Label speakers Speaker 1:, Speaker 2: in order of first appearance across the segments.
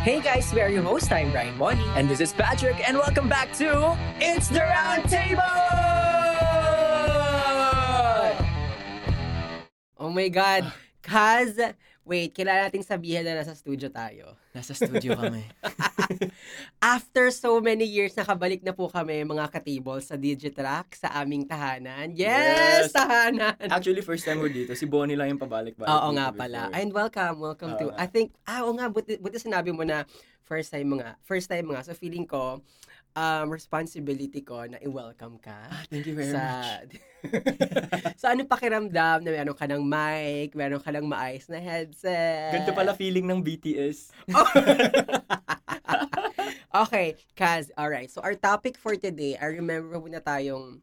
Speaker 1: Hey guys, we are your host. I'm Ryan Money, and this is Patrick, and welcome back to It's the Round Table.
Speaker 2: Oh my God. Kaz, wait, kailangan nating sabihin na nasa studio tayo.
Speaker 3: Nasa studio kami.
Speaker 2: After so many years, nakabalik na po kami mga katibol sa Digitrack sa aming tahanan. Yes,
Speaker 3: Yes!
Speaker 2: tahanan!
Speaker 3: Actually, first time we're dito. Si Bonnie lang yung pabalik-balik.
Speaker 2: Ah, Oo
Speaker 3: dito
Speaker 2: nga
Speaker 3: before.
Speaker 2: pala. And welcome, welcome
Speaker 3: Oo
Speaker 2: to,
Speaker 3: nga.
Speaker 2: I think, ah, oo nga, buti, buti sinabi mo na first time mga, first time mga. So feeling ko, um, responsibility ko na i-welcome ka.
Speaker 3: Ah, thank you very
Speaker 2: sa
Speaker 3: much.
Speaker 2: so ano pakiramdam na meron ka ng mic, meron ka ng maayos na headset.
Speaker 3: Ganito pala feeling ng BTS.
Speaker 2: Oh. okay, Kaz, alright. So our topic for today, I remember muna tayong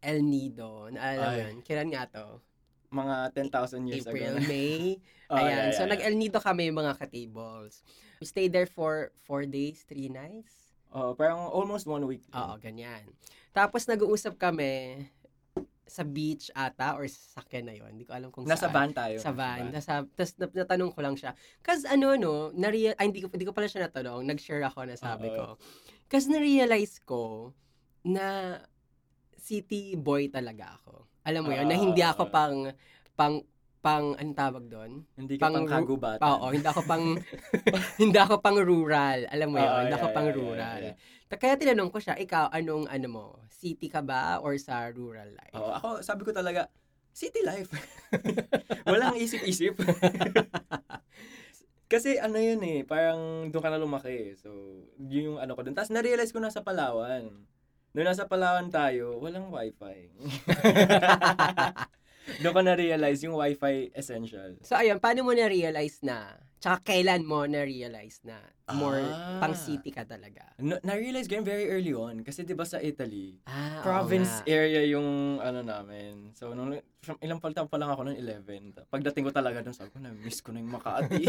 Speaker 2: El Nido. Naalala mo
Speaker 3: Ay.
Speaker 2: yun? Kailan nga to?
Speaker 3: Mga 10,000 years
Speaker 2: April,
Speaker 3: ago.
Speaker 2: May.
Speaker 3: Oh,
Speaker 2: Ayan.
Speaker 3: yeah, yeah,
Speaker 2: so
Speaker 3: yeah.
Speaker 2: nag-El Nido kami mga katables. We stayed there for four days, three nights.
Speaker 3: Oh, parang almost one week.
Speaker 2: Oo, ganyan. Tapos nag-uusap kami sa beach ata or sa sakyan na yon. Hindi ko alam kung
Speaker 3: Nasa
Speaker 2: saan.
Speaker 3: van tayo. Diba?
Speaker 2: Sa van. Nasa, tapos nat- natanong ko lang siya. Kasi ano, no, nareal, ay, hindi, ko, hindi ko pala siya natanong. Nag-share ako na sabi
Speaker 3: Oo.
Speaker 2: ko. Kasi narealize ko na city boy talaga ako. Alam mo yun, na hindi ako
Speaker 3: Ah.
Speaker 2: pang, pang, pang, anong tawag doon?
Speaker 3: Hindi ka
Speaker 2: Pang-
Speaker 3: pang kagubatan.
Speaker 2: Oo, hindi ako pang, hindi ako pang rural. Alam mo yun,
Speaker 3: Oo,
Speaker 2: hindi
Speaker 3: Ah,
Speaker 2: ako
Speaker 3: yeah,
Speaker 2: pang
Speaker 3: yeah, yeah,
Speaker 2: rural.
Speaker 3: yeah.
Speaker 2: Ta- Kaya tinanong ko siya, ikaw, anong ano mo? City ka ba or sa rural life?
Speaker 3: Oo, ako, sabi ko talaga, city life. Walang isip-isip. Kasi ano yun eh, parang doon ka na lumaki. eh. So, yun yung ano ko doon. Tapos na-realize ko nasa Palawan. Noong nasa Palawan tayo, walang wifi. doon ko na-realize yung wifi essential.
Speaker 2: So ayun, paano mo na-realize na? Tsaka kailan mo na-realize na more
Speaker 3: Ah.
Speaker 2: pang city ka talaga?
Speaker 3: No, na-realize ko yun very early on. Kasi di ba sa Italy,
Speaker 2: Ah,
Speaker 3: province
Speaker 2: oo nga.
Speaker 3: area yung ano namin. So, nung, from ilang palta pa lang ako noon, 11. Pagdating ko talaga doon, sabi ko, na-miss ko na yung Makati.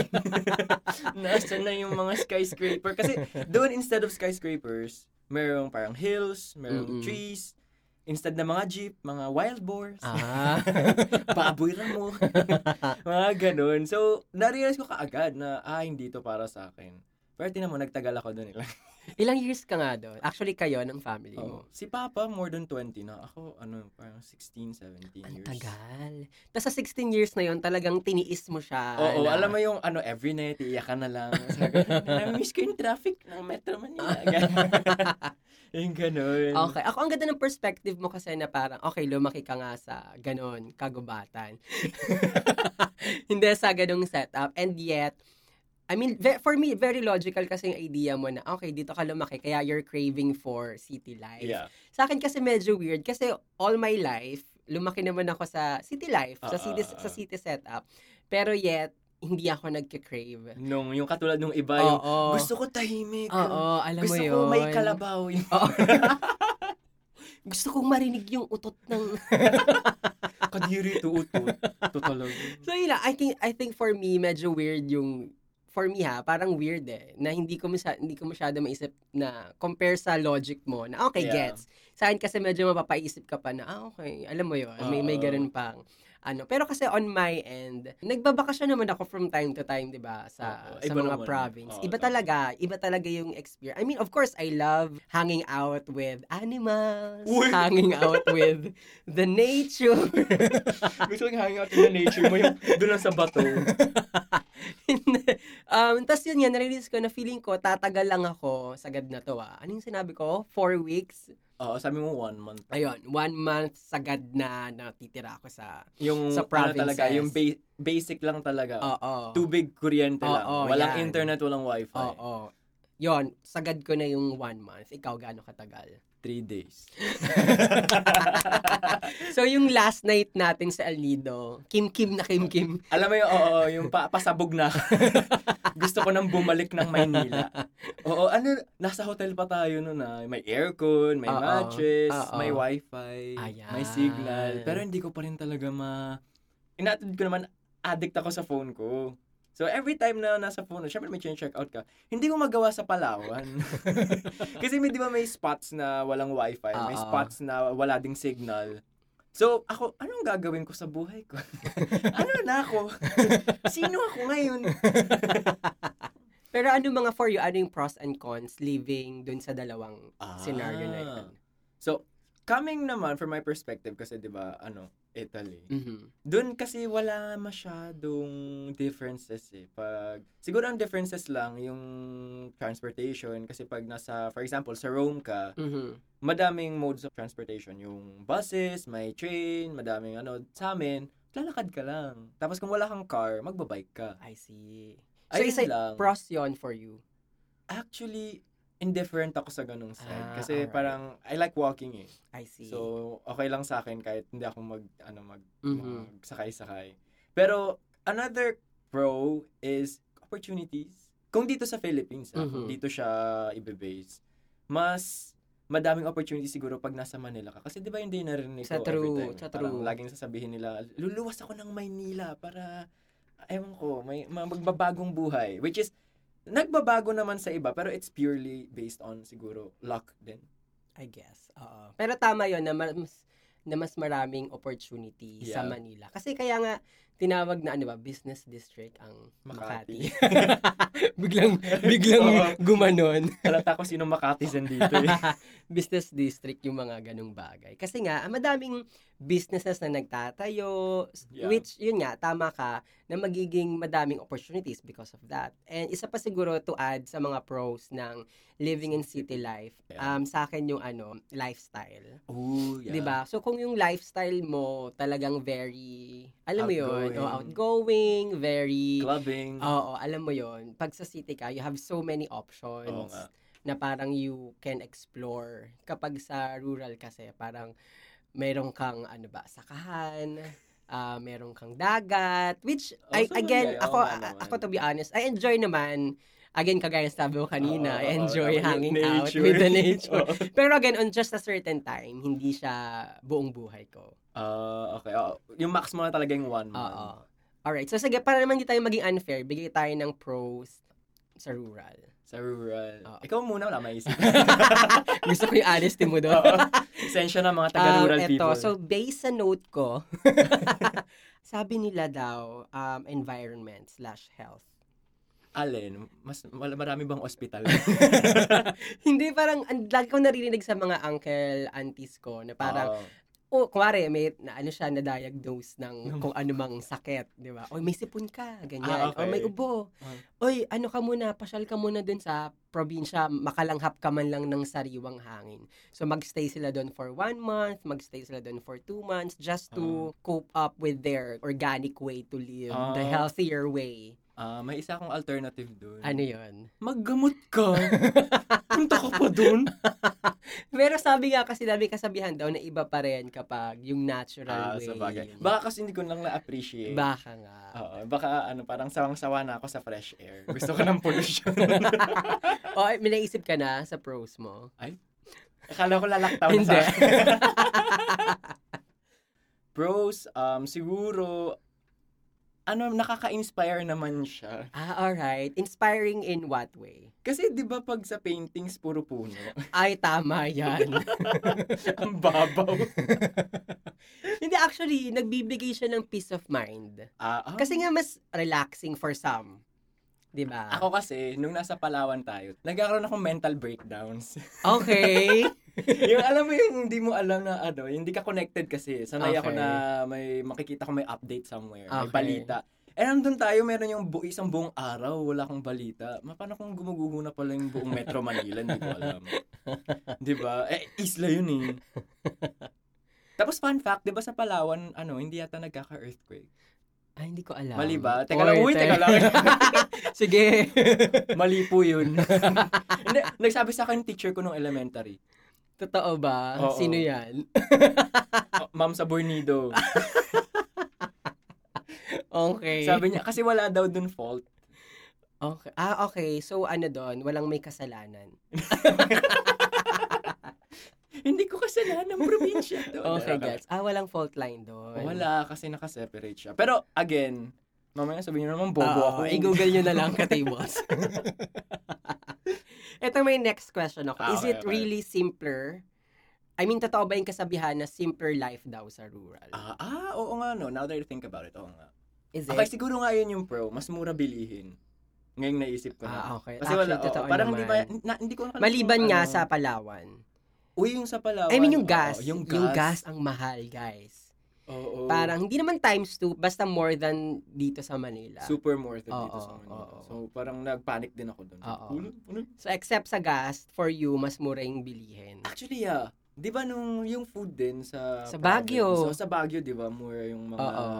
Speaker 3: Nasaan na yung mga skyscraper? Kasi doon, instead of skyscrapers, merong parang hills, merong
Speaker 2: Mm-mm.
Speaker 3: trees, instead na mga jeep, mga wild boars,
Speaker 2: Ah.
Speaker 3: baboy ramo, mga ganun. So, na-realize ko kaagad na, ah, hindi to para sa akin. Pero tinan mo, nagtagal ako eh. doon.
Speaker 2: Ilang years ka nga doon? Actually, kayo ng family
Speaker 3: Oh.
Speaker 2: mo.
Speaker 3: Si Papa, more than 20 na. Ako, ano, parang 16, 17
Speaker 2: Ang
Speaker 3: Oh, years.
Speaker 2: tagal. Tapos sa 16 years na yon talagang tiniis mo siya.
Speaker 3: Oo,
Speaker 2: na-
Speaker 3: alam mo yung ano, every night, iiyak ka na lang. Sabi ko, Nami-miss ko yung traffic ng Metro Manila. yung ganun.
Speaker 2: Okay. Ako, ang ganda ng perspective mo kasi na parang, okay, lumaki ka nga sa ganon, kagubatan. Hindi sa ganong setup. And yet, I mean, ve- for me, very logical kasi yung idea mo na, okay, dito ka lumaki, kaya you're craving for city life.
Speaker 3: Yeah.
Speaker 2: Sa akin kasi medyo weird kasi all my life, lumaki naman ako sa city life,
Speaker 3: Ah,
Speaker 2: sa city,
Speaker 3: ah, ah.
Speaker 2: sa city setup. Pero yet, hindi ako nagka-crave.
Speaker 3: Nung, yung katulad nung iba, yung,
Speaker 2: Oo.
Speaker 3: gusto ko tahimik.
Speaker 2: Oo, alam
Speaker 3: gusto
Speaker 2: mo yun.
Speaker 3: ko may kalabaw. Yung,
Speaker 2: Oo. gusto kong marinig yung utot ng...
Speaker 3: kadiri, tuutot. Tutulog.
Speaker 2: So yun lang, I think, I think for me, medyo weird yung... For me ha, parang weird eh, na hindi ko, masya, hindi ko masyado maisip na compare sa logic mo na okay,
Speaker 3: Yeah.
Speaker 2: gets. Sa akin kasi medyo mapapaisip ka pa na, ah okay, alam mo yun, may, may
Speaker 3: Oo.
Speaker 2: ganun pang ano. Pero kasi on my end, nagbabakasyon naman ako from time to time, di ba, sa,
Speaker 3: Oo,
Speaker 2: sa
Speaker 3: iba
Speaker 2: mga
Speaker 3: naman.
Speaker 2: province.
Speaker 3: Oo,
Speaker 2: iba
Speaker 3: tama.
Speaker 2: talaga, iba talaga yung experience. I mean, of course, I love hanging out with animals,
Speaker 3: Uy!
Speaker 2: hanging out with the nature.
Speaker 3: gusto kong hang out in the nature mo, yung doon lang sa bato.
Speaker 2: um, Tapos yun nga, nare-release ko na feeling ko, tatagal lang ako sagad na to ah. Ano yung sinabi ko? Four weeks?
Speaker 3: Oo, sabi mo one month.
Speaker 2: Ayun, one month sagad na natitira ako sa...
Speaker 3: Yung,
Speaker 2: Sa
Speaker 3: sa ano talaga,
Speaker 2: provinces.
Speaker 3: yung ba- basic lang talaga.
Speaker 2: Oo.
Speaker 3: tubig kuryente lang.
Speaker 2: Oo,
Speaker 3: walang
Speaker 2: yan.
Speaker 3: internet, walang wifi.
Speaker 2: Oo. Yun, sagad ko na yung one month. Ikaw, gaano katagal?
Speaker 3: Three days.
Speaker 2: So, yung last night natin sa El Nido, kim-kim na kim-kim.
Speaker 3: Alam mo yung, oo, yung pa, pasabog na. Gusto ko nang bumalik ng Maynila. Oo, ano, nasa hotel pa tayo noon na. May aircon, may
Speaker 2: Oo.
Speaker 3: mattress,
Speaker 2: Oo.
Speaker 3: may wifi,
Speaker 2: Ayan.
Speaker 3: may signal. Pero hindi ko pa rin talaga ma... Inatid ko naman, addict ako sa phone ko. So, every time na nasa phone, syempre may check out ka, hindi ko magawa sa Palawan. Kasi may, di ba, may spots na walang wifi, may
Speaker 2: Oo.
Speaker 3: spots na wala ding signal. So, ako, anong gagawin ko sa buhay ko? ano na ako? Sino ako ngayon?
Speaker 2: Pero ano mga for you, ano yung pros and cons living dun sa dalawang
Speaker 3: Ah.
Speaker 2: scenario na yun?
Speaker 3: So, coming naman from my perspective kasi 'di ba, ano, Italy.
Speaker 2: Mhm.
Speaker 3: Doon kasi wala masyadong differences eh. Pag, siguro ang differences lang yung transportation kasi pag nasa, for example, sa Rome ka,
Speaker 2: Mhm.
Speaker 3: madaming modes of transportation. Yung buses, may train, madaming ano. Sa amin, lalakad ka lang. Tapos kung wala kang car, magbabike ka.
Speaker 2: I see. So,
Speaker 3: Ayun
Speaker 2: isa
Speaker 3: lang.
Speaker 2: pros yun for you.
Speaker 3: Actually, indifferent ako sa ganung side.
Speaker 2: Ah,
Speaker 3: kasi
Speaker 2: alright.
Speaker 3: parang, I like walking eh.
Speaker 2: I see.
Speaker 3: So, okay lang sa akin kahit hindi ako mag, ano, mag,
Speaker 2: Mhm.
Speaker 3: magsakay-sakay. Pero, another pro is opportunities. Kung dito sa Philippines, ah, kung
Speaker 2: Mhm.
Speaker 3: dito siya ibe-base, mas madaming opportunity siguro pag nasa Manila ka. Kasi di ba yun din narinig
Speaker 2: Sa
Speaker 3: ko
Speaker 2: true,
Speaker 3: every time.
Speaker 2: sa
Speaker 3: Parang
Speaker 2: true.
Speaker 3: laging sasabihin nila, luluwas ako ng Maynila para, ewan ko, may ma- magbabagong buhay. Which is, nagbabago naman sa iba, pero it's purely based on siguro luck din.
Speaker 2: I guess. Oo. Pero tama yon na mas na mas maraming opportunity
Speaker 3: Yeah.
Speaker 2: sa Manila. Kasi kaya nga tinawag na ano ba, business district ang Makati.
Speaker 3: Makati.
Speaker 2: biglang biglang
Speaker 3: Oo.
Speaker 2: gumanon.
Speaker 3: Halata ko sino Makatizen dito eh.
Speaker 2: business district yung mga ganung bagay. Kasi nga, ang madaming businesses na nagtatayo, s-
Speaker 3: Yeah.
Speaker 2: which, yun nga, tama ka, na magiging madaming opportunities because of that. And isa pa siguro to add sa mga pros ng living in city life,
Speaker 3: Yeah.
Speaker 2: um, sa akin yung ano, lifestyle.
Speaker 3: Ooh, yeah.
Speaker 2: 'Di ba? So kung yung lifestyle mo talagang very alam mo 'yun,
Speaker 3: Outgoing.
Speaker 2: o outgoing, very
Speaker 3: Clubbing.
Speaker 2: Oo, alam mo 'yun. Pag sa city ka, you have so many
Speaker 3: Oo
Speaker 2: options
Speaker 3: nga.
Speaker 2: na parang you can explore. Kapag sa rural kasi, parang meron kang ano ba, sakahan, ah meron kang dagat, which I,
Speaker 3: Also,
Speaker 2: again,
Speaker 3: yeah,
Speaker 2: ako
Speaker 3: Oh, oo nga naman.
Speaker 2: ako to be honest, I enjoy naman. Again, kagaya sa sabi ko
Speaker 3: Oo,
Speaker 2: kanina, I
Speaker 3: oo,
Speaker 2: enjoy
Speaker 3: tama.
Speaker 2: hanging
Speaker 3: Nature.
Speaker 2: out with the nature.
Speaker 3: Oo.
Speaker 2: Pero again, on just a certain time, hindi siya buong buhay ko.
Speaker 3: Ah, okay. oo. yung max mo na talaga yung one month.
Speaker 2: Oo. Alright, so sige, para naman hindi tayo maging unfair, bigay tayo ng pros sa rural.
Speaker 3: Sa rural.
Speaker 2: Oo.
Speaker 3: Ikaw muna, wala maisip.
Speaker 2: Gusto ko yung honesty mo doon.
Speaker 3: Oo. Esensya na mga taga-rural
Speaker 2: Um, eto,
Speaker 3: people.
Speaker 2: So, based sa note ko, sabi nila daw, um, environment slash health.
Speaker 3: Alin, mas mal- marami bang ospital?
Speaker 2: Hindi, parang, ang lagi ko naririnig sa mga uncle, aunties ko, na parang,
Speaker 3: Oo.
Speaker 2: oh, kumari, may, na, ano siya, na-diagnose ng kung anumang sakit, di ba? Oy, may sipon ka,
Speaker 3: Ah,
Speaker 2: ganyan.
Speaker 3: okay.
Speaker 2: O, may ubo.
Speaker 3: Ah.
Speaker 2: Oy, ano ka muna, pasyal ka muna dun sa probinsya, makalanghap ka man lang ng sariwang hangin. So, magstay sila dun for one month, magstay sila dun for two months, just to cope up with their organic way to live,
Speaker 3: Ah.
Speaker 2: the healthier way.
Speaker 3: Ah, may isa akong alternative doon.
Speaker 2: Ano yon
Speaker 3: Maggamot ka. Punta ka pa doon.
Speaker 2: Pero sabi nga kasi dami kasabihan daw na iba pa rin kapag yung
Speaker 3: Ah,
Speaker 2: natural way.
Speaker 3: sa bagay. Baka kasi hindi ko lang na-appreciate.
Speaker 2: Baka nga.
Speaker 3: Oo, baka ano, parang sawang-sawa na ako sa fresh air. Gusto ko ng pollution.
Speaker 2: o, ay, may naisip ka na sa pros mo?
Speaker 3: Akala ko lalaktaw na
Speaker 2: Hindi.
Speaker 3: sa Bros, um, siguro, ano, nakaka-inspire naman siya.
Speaker 2: ah, alright. Inspiring in what way?
Speaker 3: Kasi di ba pag sa paintings, puro puno.
Speaker 2: Ay, tama yan.
Speaker 3: Ang babaw.
Speaker 2: Hindi, actually, nagbibigay siya ng peace of mind.
Speaker 3: Ah, ah.
Speaker 2: Kasi nga, mas relaxing for some. Di ba?
Speaker 3: ako kasi, nung nasa Palawan tayo, nagkaroon akong mental breakdowns.
Speaker 2: Okay.
Speaker 3: yung alam mo yung hindi mo alam na ano, yung hindi ka connected kasi. Sanay ako
Speaker 2: Okay.
Speaker 3: na may makikita ko may update somewhere, may
Speaker 2: Okay.
Speaker 3: balita. And nandun tayo, meron yung bu- isang buong araw, wala akong balita. Ma, paano kung gumuguho na pala yung buong Metro Manila, hindi ko alam. di ba? Eh, isla yun eh. Tapos fun fact, di ba sa Palawan, ano, hindi yata nagkaka-earthquake.
Speaker 2: Ay, hindi ko alam.
Speaker 3: Mali ba? Teka
Speaker 2: Or
Speaker 3: lang, uy,
Speaker 2: te-
Speaker 3: teka lang.
Speaker 2: Sige.
Speaker 3: Mali po yun. Hindi, Nagsabi sa akin teacher ko nung elementary,
Speaker 2: Totoo ba?
Speaker 3: Oo.
Speaker 2: Sino yan?
Speaker 3: "Oh, Ma'am sa Bornido.
Speaker 2: Okay.
Speaker 3: Sabi niya, kasi wala daw dun fault.
Speaker 2: okay. Ah, okay. So, ano doon? Walang may kasalanan.
Speaker 3: Hindi ko kasalanan ng probinsya to.
Speaker 2: Okay, guys. Ah, walang fault line doon.
Speaker 3: Wala, kasi nakaseparate siya. Pero, again, mamaya sabihin nyo naman, bobo
Speaker 2: Ah, Oo,
Speaker 3: ako.
Speaker 2: I-google nyo na lang ka-tables. Ito may next question ako.
Speaker 3: Ah,
Speaker 2: Is
Speaker 3: okay,
Speaker 2: it
Speaker 3: okay.
Speaker 2: really simpler? I mean, totoo ba yung kasabihan na simpler life daw sa rural?
Speaker 3: Ah, ah, oo nga, no. Now that I think about it, oo nga.
Speaker 2: Is it?
Speaker 3: Okay, siguro nga yun yung pro. Mas mura bilihin. Ngayong naisip ko na.
Speaker 2: Ah, okay.
Speaker 3: Kasi
Speaker 2: Actually,
Speaker 3: wala, oo,
Speaker 2: totoo
Speaker 3: parang
Speaker 2: naman.
Speaker 3: hindi ba, na- hindi ko nakalimutan
Speaker 2: Maliban
Speaker 3: kung
Speaker 2: nga
Speaker 3: ano.
Speaker 2: sa Palawan.
Speaker 3: Uy, yung sa Palawan.
Speaker 2: I mean, yung
Speaker 3: oo,
Speaker 2: gas.
Speaker 3: yung gas.
Speaker 2: Yung gas ang mahal, guys.
Speaker 3: Oo.
Speaker 2: Parang, hindi naman times two, basta more than dito sa Manila.
Speaker 3: super more than dito
Speaker 2: Oo,
Speaker 3: sa Manila.
Speaker 2: oo.
Speaker 3: So, parang nagpanic din ako doon.
Speaker 2: Oo.
Speaker 3: Ulo, ano?
Speaker 2: So, except sa gas, for you, mas mura yung bilihin.
Speaker 3: Actually, yeah. Di ba nung yung food din sa...
Speaker 2: Sa
Speaker 3: province?
Speaker 2: Baguio.
Speaker 3: So, sa Baguio, di ba? More yung mga...
Speaker 2: Oo.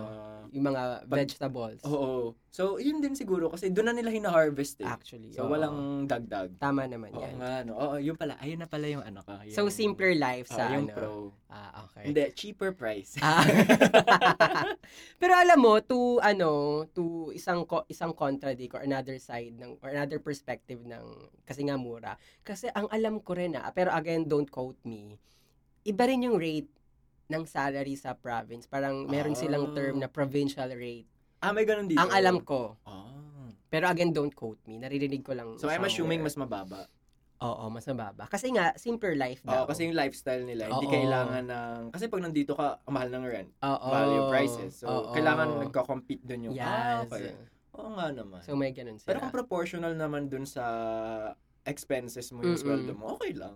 Speaker 2: Yung mga
Speaker 3: Pag-
Speaker 2: vegetables.
Speaker 3: Oo. So, yun din siguro kasi doon na nila hina-harvest eh.
Speaker 2: Actually.
Speaker 3: So,
Speaker 2: oo.
Speaker 3: walang dagdag.
Speaker 2: Tama naman
Speaker 3: Oo
Speaker 2: yan.
Speaker 3: nga, no. Oo, yun pala. Ayun na pala yung ano ka. Yung,
Speaker 2: So, simpler life
Speaker 3: Oo,
Speaker 2: sa
Speaker 3: yung
Speaker 2: ano.
Speaker 3: pro.
Speaker 2: Ah, okay.
Speaker 3: Hindi, cheaper price.
Speaker 2: Ah. Pero alam mo, to ano, to isang ko, isang contradict or another side ng or another perspective ng kasi nga mura. Kasi ang alam ko rin ah, pero again, don't quote me. Iba rin yung rate ng salary sa province. Parang meron
Speaker 3: Ah.
Speaker 2: silang term na provincial rate.
Speaker 3: ah, may ganun dito.
Speaker 2: Ang alam ko.
Speaker 3: Ah.
Speaker 2: Pero again, don't quote me. Naririnig ko lang.
Speaker 3: So, I'm
Speaker 2: somewhere.
Speaker 3: assuming mas mababa.
Speaker 2: Oo, mas mababa. Kasi nga, simpler life
Speaker 3: Oo,
Speaker 2: daw.
Speaker 3: kasi yung lifestyle nila, hindi
Speaker 2: Oo.
Speaker 3: kailangan ng... Kasi pag nandito ka, ang mahal ng rent.
Speaker 2: Oo.
Speaker 3: value prices. So,
Speaker 2: Oo.
Speaker 3: kailangan nagko-compete dun yung,
Speaker 2: Yes.
Speaker 3: ah, okay. Oo nga naman.
Speaker 2: So, may ganun sila.
Speaker 3: Pero kung proportional naman dun sa expenses mo yung
Speaker 2: Mm-mm.
Speaker 3: sweldo mo, okay lang.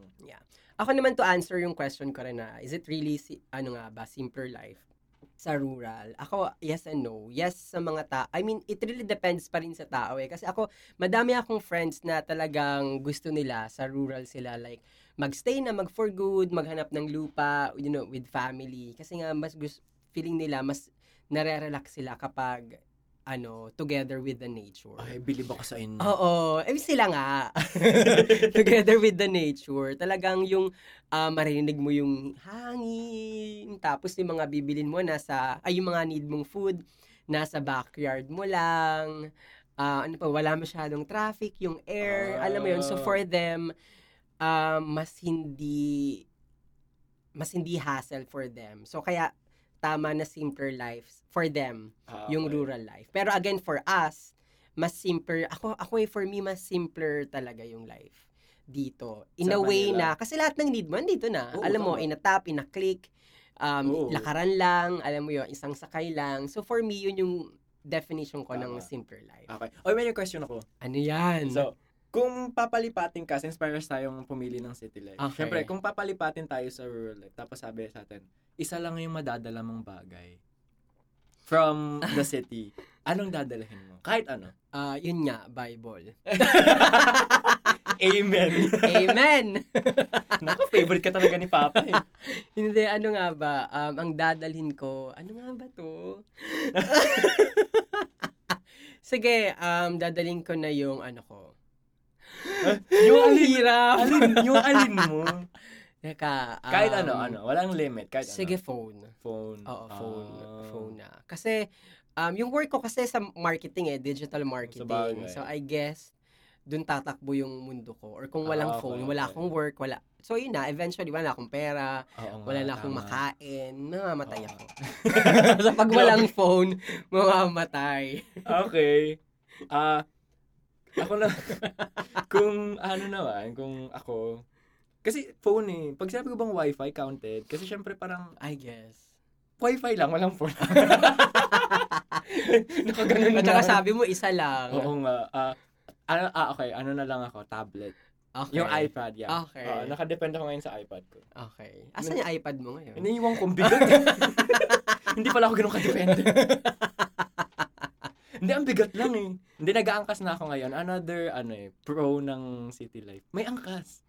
Speaker 2: Ako naman to answer yung question ko rin na, is it really, si, ano nga ba, simpler life sa rural? Ako, yes and no. Yes sa mga tao. I mean, it really depends pa rin sa tao eh. Kasi ako, madami akong friends na talagang gusto nila sa rural sila. Like, magstay na, mag for good, maghanap ng lupa, you know, with family. Kasi nga, mas gusto, feeling nila, mas nare-relax sila kapag, ano, together with the nature.
Speaker 3: Ay, bilib ako sa inyo.
Speaker 2: Oo. Eh, sila nga. Together with the nature. Talagang yung ah, marinig mo yung hangin. Tapos yung mga bibilin mo nasa, ay yung mga need mong food, nasa backyard mo lang. Ah, ano pa, wala masyadong traffic, yung air,
Speaker 3: Ah.
Speaker 2: alam mo yun. So for them, ah, mas hindi mas hindi hassle for them. So kaya tama na simpler lives for them
Speaker 3: Ah,
Speaker 2: yung
Speaker 3: okay.
Speaker 2: rural life. Pero again, for us, mas simpler. Ako, ako eh, for me, mas simpler talaga yung life dito. In
Speaker 3: Sa
Speaker 2: a way
Speaker 3: Manila.
Speaker 2: na, kasi lahat ng need mo, dito na.
Speaker 3: Oo,
Speaker 2: alam mo,
Speaker 3: tama.
Speaker 2: in a tap, in a click, um,
Speaker 3: Oo.
Speaker 2: lakaran lang, alam mo yun, isang sakay lang. So for me, yun yung definition ko ng
Speaker 3: Tama.
Speaker 2: simpler life.
Speaker 3: Okay. Oy, may question ako.
Speaker 2: Ano yan?
Speaker 3: So, kung papalipatin ka, since parehas tayong pumili ng city life.
Speaker 2: Okay.
Speaker 3: Siyempre, kung papalipatin tayo sa rural life, tapos sabi sa atin, isa lang yung madadala mong bagay from the city. Anong dadalhin mo? Kahit ano.
Speaker 2: Ah, yun nga, Bible.
Speaker 3: Amen.
Speaker 2: Amen!
Speaker 3: Naku, favorite ka talaga ni Papa eh.
Speaker 2: Hindi, ano nga ba, um, ang dadalhin ko, ano nga ba to? Sige, um, dadalhin ko na yung ano ko. yung ang hirap.
Speaker 3: alin, yung alin mo.
Speaker 2: Teka, um,
Speaker 3: Kahit ano, ano. Walang limit. Kahit
Speaker 2: Sige,
Speaker 3: ano.
Speaker 2: phone.
Speaker 3: Phone.
Speaker 2: Oo, phone.
Speaker 3: Ah.
Speaker 2: Phone na. Kasi, um, yung work ko kasi sa marketing eh, digital marketing.
Speaker 3: Sabagay.
Speaker 2: So, I guess, dun tatakbo yung mundo ko. Or kung
Speaker 3: Ah,
Speaker 2: walang
Speaker 3: okay,
Speaker 2: phone, wala
Speaker 3: okay.
Speaker 2: akong work, wala. So, yun na, eventually, wala akong pera,
Speaker 3: Oo nga,
Speaker 2: wala na akong
Speaker 3: Ah, tama. Ah.
Speaker 2: makain, namamatay
Speaker 3: Oo.
Speaker 2: ako. so, pag walang phone, mamamatay.
Speaker 3: okay. Ah, ako na, kung ano naman, kung ako, kasi phone eh. Pag sinabi ko bang wifi counted, kasi syempre parang
Speaker 2: I guess.
Speaker 3: wifi lang, walang phone. Nakaganon
Speaker 2: At
Speaker 3: na.
Speaker 2: saka sabi mo, isa lang.
Speaker 3: Oo nga. Ah, ano, ah, okay. Ano na lang ako? Tablet.
Speaker 2: Okay. Ah,
Speaker 3: Yung iPad, yeah.
Speaker 2: Okay.
Speaker 3: Oo, nakadepende ako ngayon sa iPad ko.
Speaker 2: Okay. Asan yung iPad mo ngayon?
Speaker 3: Iniiwan kong bigat. eh. Hindi pala ako ganun kadepende. Hindi, ang bigat lang eh. Hindi, nag-aangkas na ako ngayon. Another, ano eh, pro ng city life. May angkas.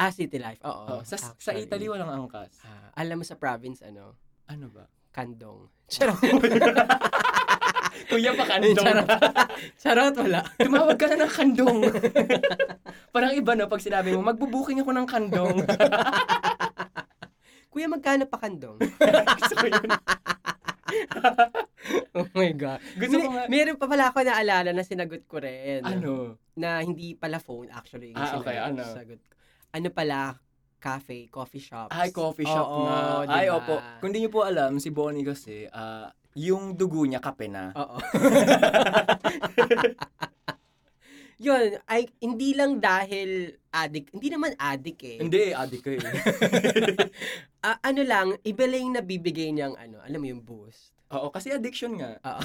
Speaker 2: Ah, City Life. Oo.
Speaker 3: Oh, sa, sa
Speaker 2: actually.
Speaker 3: Italy, walang angkas.
Speaker 2: Ah, alam mo sa province, ano?
Speaker 3: Ano ba?
Speaker 2: Kandong. Charot.
Speaker 3: Kuya, pa
Speaker 2: Charot.
Speaker 3: kandong.
Speaker 2: Charot, wala.
Speaker 3: Tumawag ka na ng kandong. Parang iba no, pag sinabi mo, magbubuking ako ng kandong.
Speaker 2: Kuya, magkano pa kandong?
Speaker 3: so, yun.
Speaker 2: Oh my God.
Speaker 3: Gusto ko nga.
Speaker 2: Meron pa pala ako naalala na sinagot ko rin.
Speaker 3: Ano?
Speaker 2: Na hindi pala phone, actually. yung
Speaker 3: Ah, okay, ano?
Speaker 2: sinagot- Sagot ko. Ano pala? Cafe, coffee shops.
Speaker 3: Ay, coffee shop
Speaker 2: Oo,
Speaker 3: nga.
Speaker 2: diba?
Speaker 3: Ay, opo. Kung di nyo po alam, si Bonnie kasi, ah, yung dugo niya kape na.
Speaker 2: Oo. Yun, ay, hindi lang dahil addict. Hindi naman addict eh.
Speaker 3: Hindi, adik ko eh.
Speaker 2: Ah, ano lang, iba lang yung nabibigay niyang ano, alam mo yung boost.
Speaker 3: Oo, kasi addiction nga.
Speaker 2: Oo.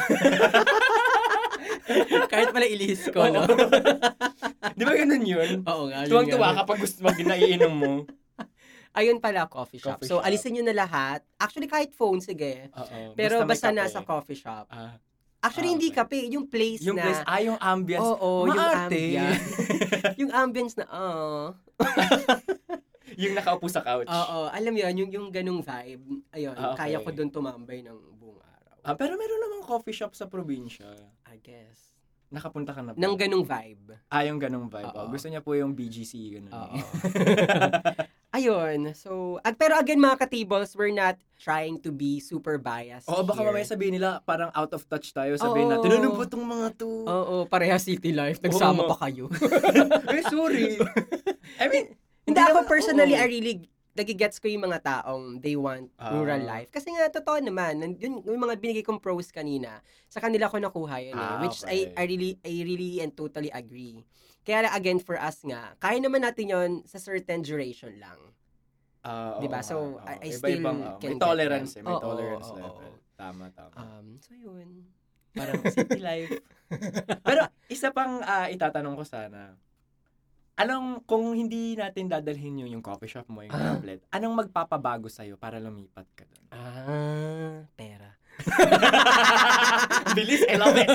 Speaker 2: Kahit pala ilis ko, no?
Speaker 3: Oo. Di ba ganun yun?
Speaker 2: Oo nga. yun
Speaker 3: Tuwang-tuwa
Speaker 2: nga.
Speaker 3: ka pag gusto mag naiinom mo.
Speaker 2: Ayun pala, coffee shop.
Speaker 3: Coffee
Speaker 2: so,
Speaker 3: shop.
Speaker 2: alisin nyo na lahat. Actually, kahit phone, sige.
Speaker 3: Oo.
Speaker 2: Pero basta,
Speaker 3: may
Speaker 2: nasa
Speaker 3: kape.
Speaker 2: coffee shop.
Speaker 3: Ah,
Speaker 2: Actually,
Speaker 3: Ah,
Speaker 2: hindi
Speaker 3: okay.
Speaker 2: kape. Yung place
Speaker 3: yung
Speaker 2: na... Oh.
Speaker 3: place, ah, yung ambience.
Speaker 2: Oo, yung
Speaker 3: Maarte.
Speaker 2: ambience. yung ambience na, oh.
Speaker 3: yung nakaupo sa couch.
Speaker 2: Oo, alam mo yun, yung, yung ganung vibe. Ayun,
Speaker 3: Ah, okay.
Speaker 2: kaya ko doon tumambay ng buong araw.
Speaker 3: Ah, pero meron namang coffee shop sa probinsya.
Speaker 2: I guess.
Speaker 3: Nakapunta ka na ba?
Speaker 2: Ng ganung vibe.
Speaker 3: ah, yung ganong vibe. Oh,
Speaker 2: Oo.
Speaker 3: Gusto niya po yung BGC. Ganun.
Speaker 2: Oo. Ayun, so, ag, pero again mga katibols, we're not trying to be super biased
Speaker 3: Oo, baka
Speaker 2: here.
Speaker 3: mamaya sabihin nila, parang out of touch tayo. Sabihin
Speaker 2: Oo.
Speaker 3: natin, ano ba tong mga to?
Speaker 2: Oo, pareha city life.
Speaker 3: Oo
Speaker 2: Nagsama
Speaker 3: nga.
Speaker 2: pa kayo.
Speaker 3: eh, sorry. I mean,
Speaker 2: Hindi ako
Speaker 3: naman-
Speaker 2: personally,
Speaker 3: oo.
Speaker 2: I really nagigets ko yung mga taong they want
Speaker 3: Ah.
Speaker 2: rural life. Kasi nga, totoo naman, nan- yun, yung mga binigay kong pros kanina, sa kanila ko nakuha yun eh.
Speaker 3: Ah,
Speaker 2: Which
Speaker 3: okay.
Speaker 2: I, I really, I really and totally agree. Kaya lang, again, for us nga, kaya naman natin yon sa certain duration lang.
Speaker 3: Ah, oo
Speaker 2: Diba?
Speaker 3: nga,
Speaker 2: So,
Speaker 3: oo.
Speaker 2: I- I
Speaker 3: Iba-ibang,
Speaker 2: still
Speaker 3: oo.
Speaker 2: can
Speaker 3: May
Speaker 2: get
Speaker 3: tolerance
Speaker 2: them.
Speaker 3: eh. May
Speaker 2: Oo,
Speaker 3: tolerance
Speaker 2: oo,
Speaker 3: level.
Speaker 2: oo.
Speaker 3: Tama, tama.
Speaker 2: Um, so yun.
Speaker 3: parang city life. Pero isa pang ah, itatanong ko sana. Anong, kung hindi natin dadalhin yun yung coffee shop mo, yung
Speaker 2: Ah.
Speaker 3: tablet, anong magpapabago sa'yo para lumipat ka doon?
Speaker 2: Ah, pera.
Speaker 3: Bilis, I love it.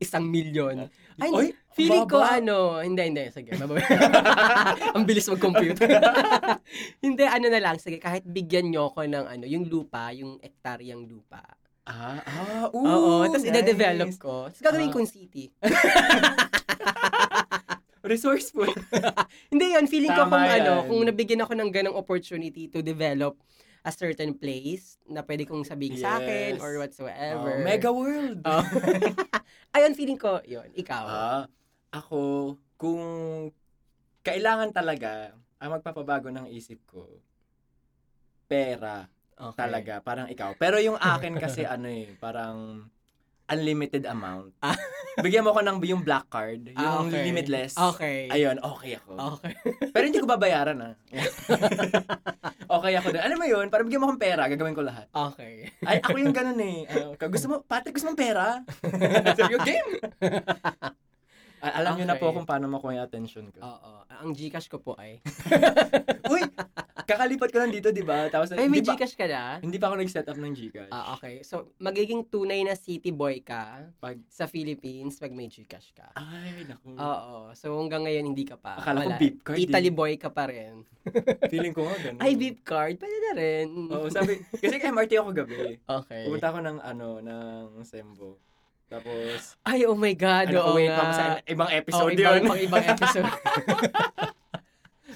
Speaker 2: Isang milyon. Ay,
Speaker 3: Oy,
Speaker 2: Feeling ko
Speaker 3: baba.
Speaker 2: ano, hindi, hindi, sige. bababa. Ang bilis mag-compute. hindi, ano na lang, sige, kahit bigyan nyo ko ng ano, yung lupa, yung ektaryang lupa.
Speaker 3: Ah, ah, ooh,
Speaker 2: Oo, tapos
Speaker 3: nice.
Speaker 2: ide-develop ko. Tapos gagawin
Speaker 3: Ah.
Speaker 2: kong city.
Speaker 3: Resourceful.
Speaker 2: Hindi yun, feeling ko
Speaker 3: Tama
Speaker 2: kung
Speaker 3: yan.
Speaker 2: ano, kung nabigyan ako ng ganong opportunity to develop a certain place na pwede kong sabihin sa akin
Speaker 3: Yes.
Speaker 2: or whatsoever.
Speaker 3: Oh, mega world.
Speaker 2: Oh. Ayun, feeling ko, yun, ikaw.
Speaker 3: Ah, ako, kung kailangan talaga, ang magpapabago ng isip ko, pera.
Speaker 2: Okay.
Speaker 3: Talaga, parang ikaw. Pero yung akin kasi ano eh, parang unlimited amount. Bigyan mo ko ng yung black card, yung
Speaker 2: Ah, okay.
Speaker 3: limitless.
Speaker 2: Okay.
Speaker 3: Ayun, okay ako.
Speaker 2: Okay.
Speaker 3: Pero hindi ko babayaran ah. okay ako din. Alam mo yun, parang bigyan mo akong pera, gagawin ko lahat.
Speaker 2: Okay.
Speaker 3: Ay, ako yung ganun eh. Ah, ka- gusto mo, Patrick, gusto mong pera? Sabi ko, game! Ah, alam niyo na po
Speaker 2: Okay.
Speaker 3: kung paano makuha yung attention ko.
Speaker 2: Oo. Ang Gcash ko po ay.
Speaker 3: Uy! Kakalipat ko lang dito, di ba? Tapos,
Speaker 2: Ay, may
Speaker 3: hindi, pa,
Speaker 2: Gcash ka na?
Speaker 3: hindi pa ako nag-set up ng Gcash.
Speaker 2: Ah, okay. So, magiging tunay na city boy ka
Speaker 3: Pag-
Speaker 2: sa Philippines pag may Gcash ka.
Speaker 3: Ay, naku.
Speaker 2: Oo. So, hanggang ngayon, hindi ka pa.
Speaker 3: Akala ko
Speaker 2: Ah, Wala.
Speaker 3: beep card, eh.
Speaker 2: Italy boy ka pa rin.
Speaker 3: Feeling ko nga ganun.
Speaker 2: Ay, beep card. Pwede na rin.
Speaker 3: Oo, sabi, kasi MRT ako gabi.
Speaker 2: Okay.
Speaker 3: Pumunta ako ng, ano, ng Sembo. Tapos,
Speaker 2: Ay, oh my God.
Speaker 3: ano,
Speaker 2: oo
Speaker 3: wait,
Speaker 2: nga.
Speaker 3: pa sa ibang
Speaker 2: Oh,
Speaker 3: episode
Speaker 2: ibang,
Speaker 3: yun.
Speaker 2: pang ibang episode.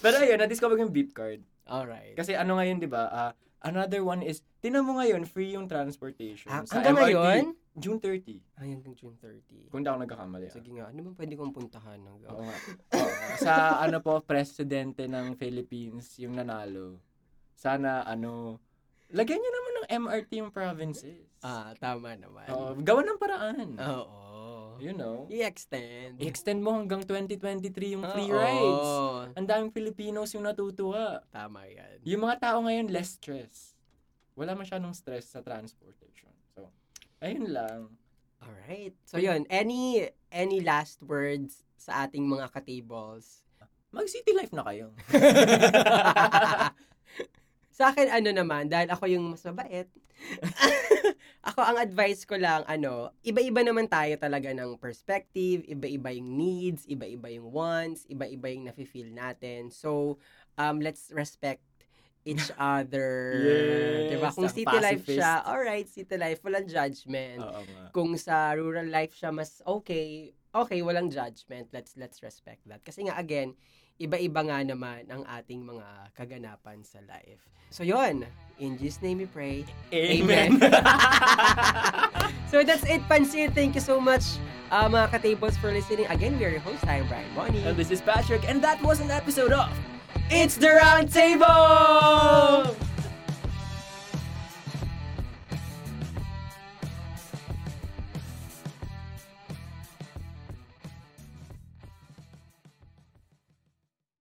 Speaker 3: Pero ayun, na-discover ko yung beep card.
Speaker 2: Alright.
Speaker 3: Kasi ano ngayon, di ba, ah, another one is, tinan mo ngayon, free yung transportation.
Speaker 2: Ah,
Speaker 3: sa
Speaker 2: hanggang
Speaker 3: MRT,
Speaker 2: ngayon?
Speaker 3: June 30.
Speaker 2: Ay, hanggang June 30.
Speaker 3: Kung hindi ako nagkakamali. ah.
Speaker 2: Sige nga, ano bang pwede kong puntahan hanggang?
Speaker 3: Oo nga. Oo nga. sa ano po, presidente ng Philippines, yung nanalo. Sana, ano, lagyan niyo naman ng MRT yung provinces.
Speaker 2: Ah, tama naman.
Speaker 3: Oo, gawa ng paraan.
Speaker 2: Oo.
Speaker 3: you know.
Speaker 2: I-extend.
Speaker 3: I-extend mo hanggang 2023 yung free
Speaker 2: Ah, Oo.
Speaker 3: rides. Ang daming Filipinos yung natutuwa.
Speaker 2: Tama yan.
Speaker 3: Yung mga tao ngayon, less stress. Wala masyadong stress sa transportation. So, ayun lang.
Speaker 2: Alright. So yun, any any last words sa ating mga katables?
Speaker 3: Mag-city life na kayo.
Speaker 2: sa akin, ano naman, dahil ako yung mas mabait, ako ang advice ko lang, ano, iba-iba naman tayo talaga ng perspective, iba-iba yung needs, iba-iba yung wants, iba-iba yung nafe-feel natin. So, um, let's respect each other.
Speaker 3: Yes,
Speaker 2: diba? Kung
Speaker 3: ang
Speaker 2: city life siya,
Speaker 3: pacifist.
Speaker 2: alright, city life, walang judgment
Speaker 3: Oo nga.
Speaker 2: kung sa rural life siya mas okay, okay, walang judgment. Let's let's respect that. Kasi nga again, iba-iba nga naman ang ating mga kaganapan sa life. So yon, in Jesus name we pray.
Speaker 3: Amen.
Speaker 2: so that's it, Pansin. Thank you so much, uh, mga katables, for listening. Again, we are your host, I'm Brian Bonnie.
Speaker 3: And this is Patrick, and that was an episode of
Speaker 2: It's the Round Table!
Speaker 3: Oh!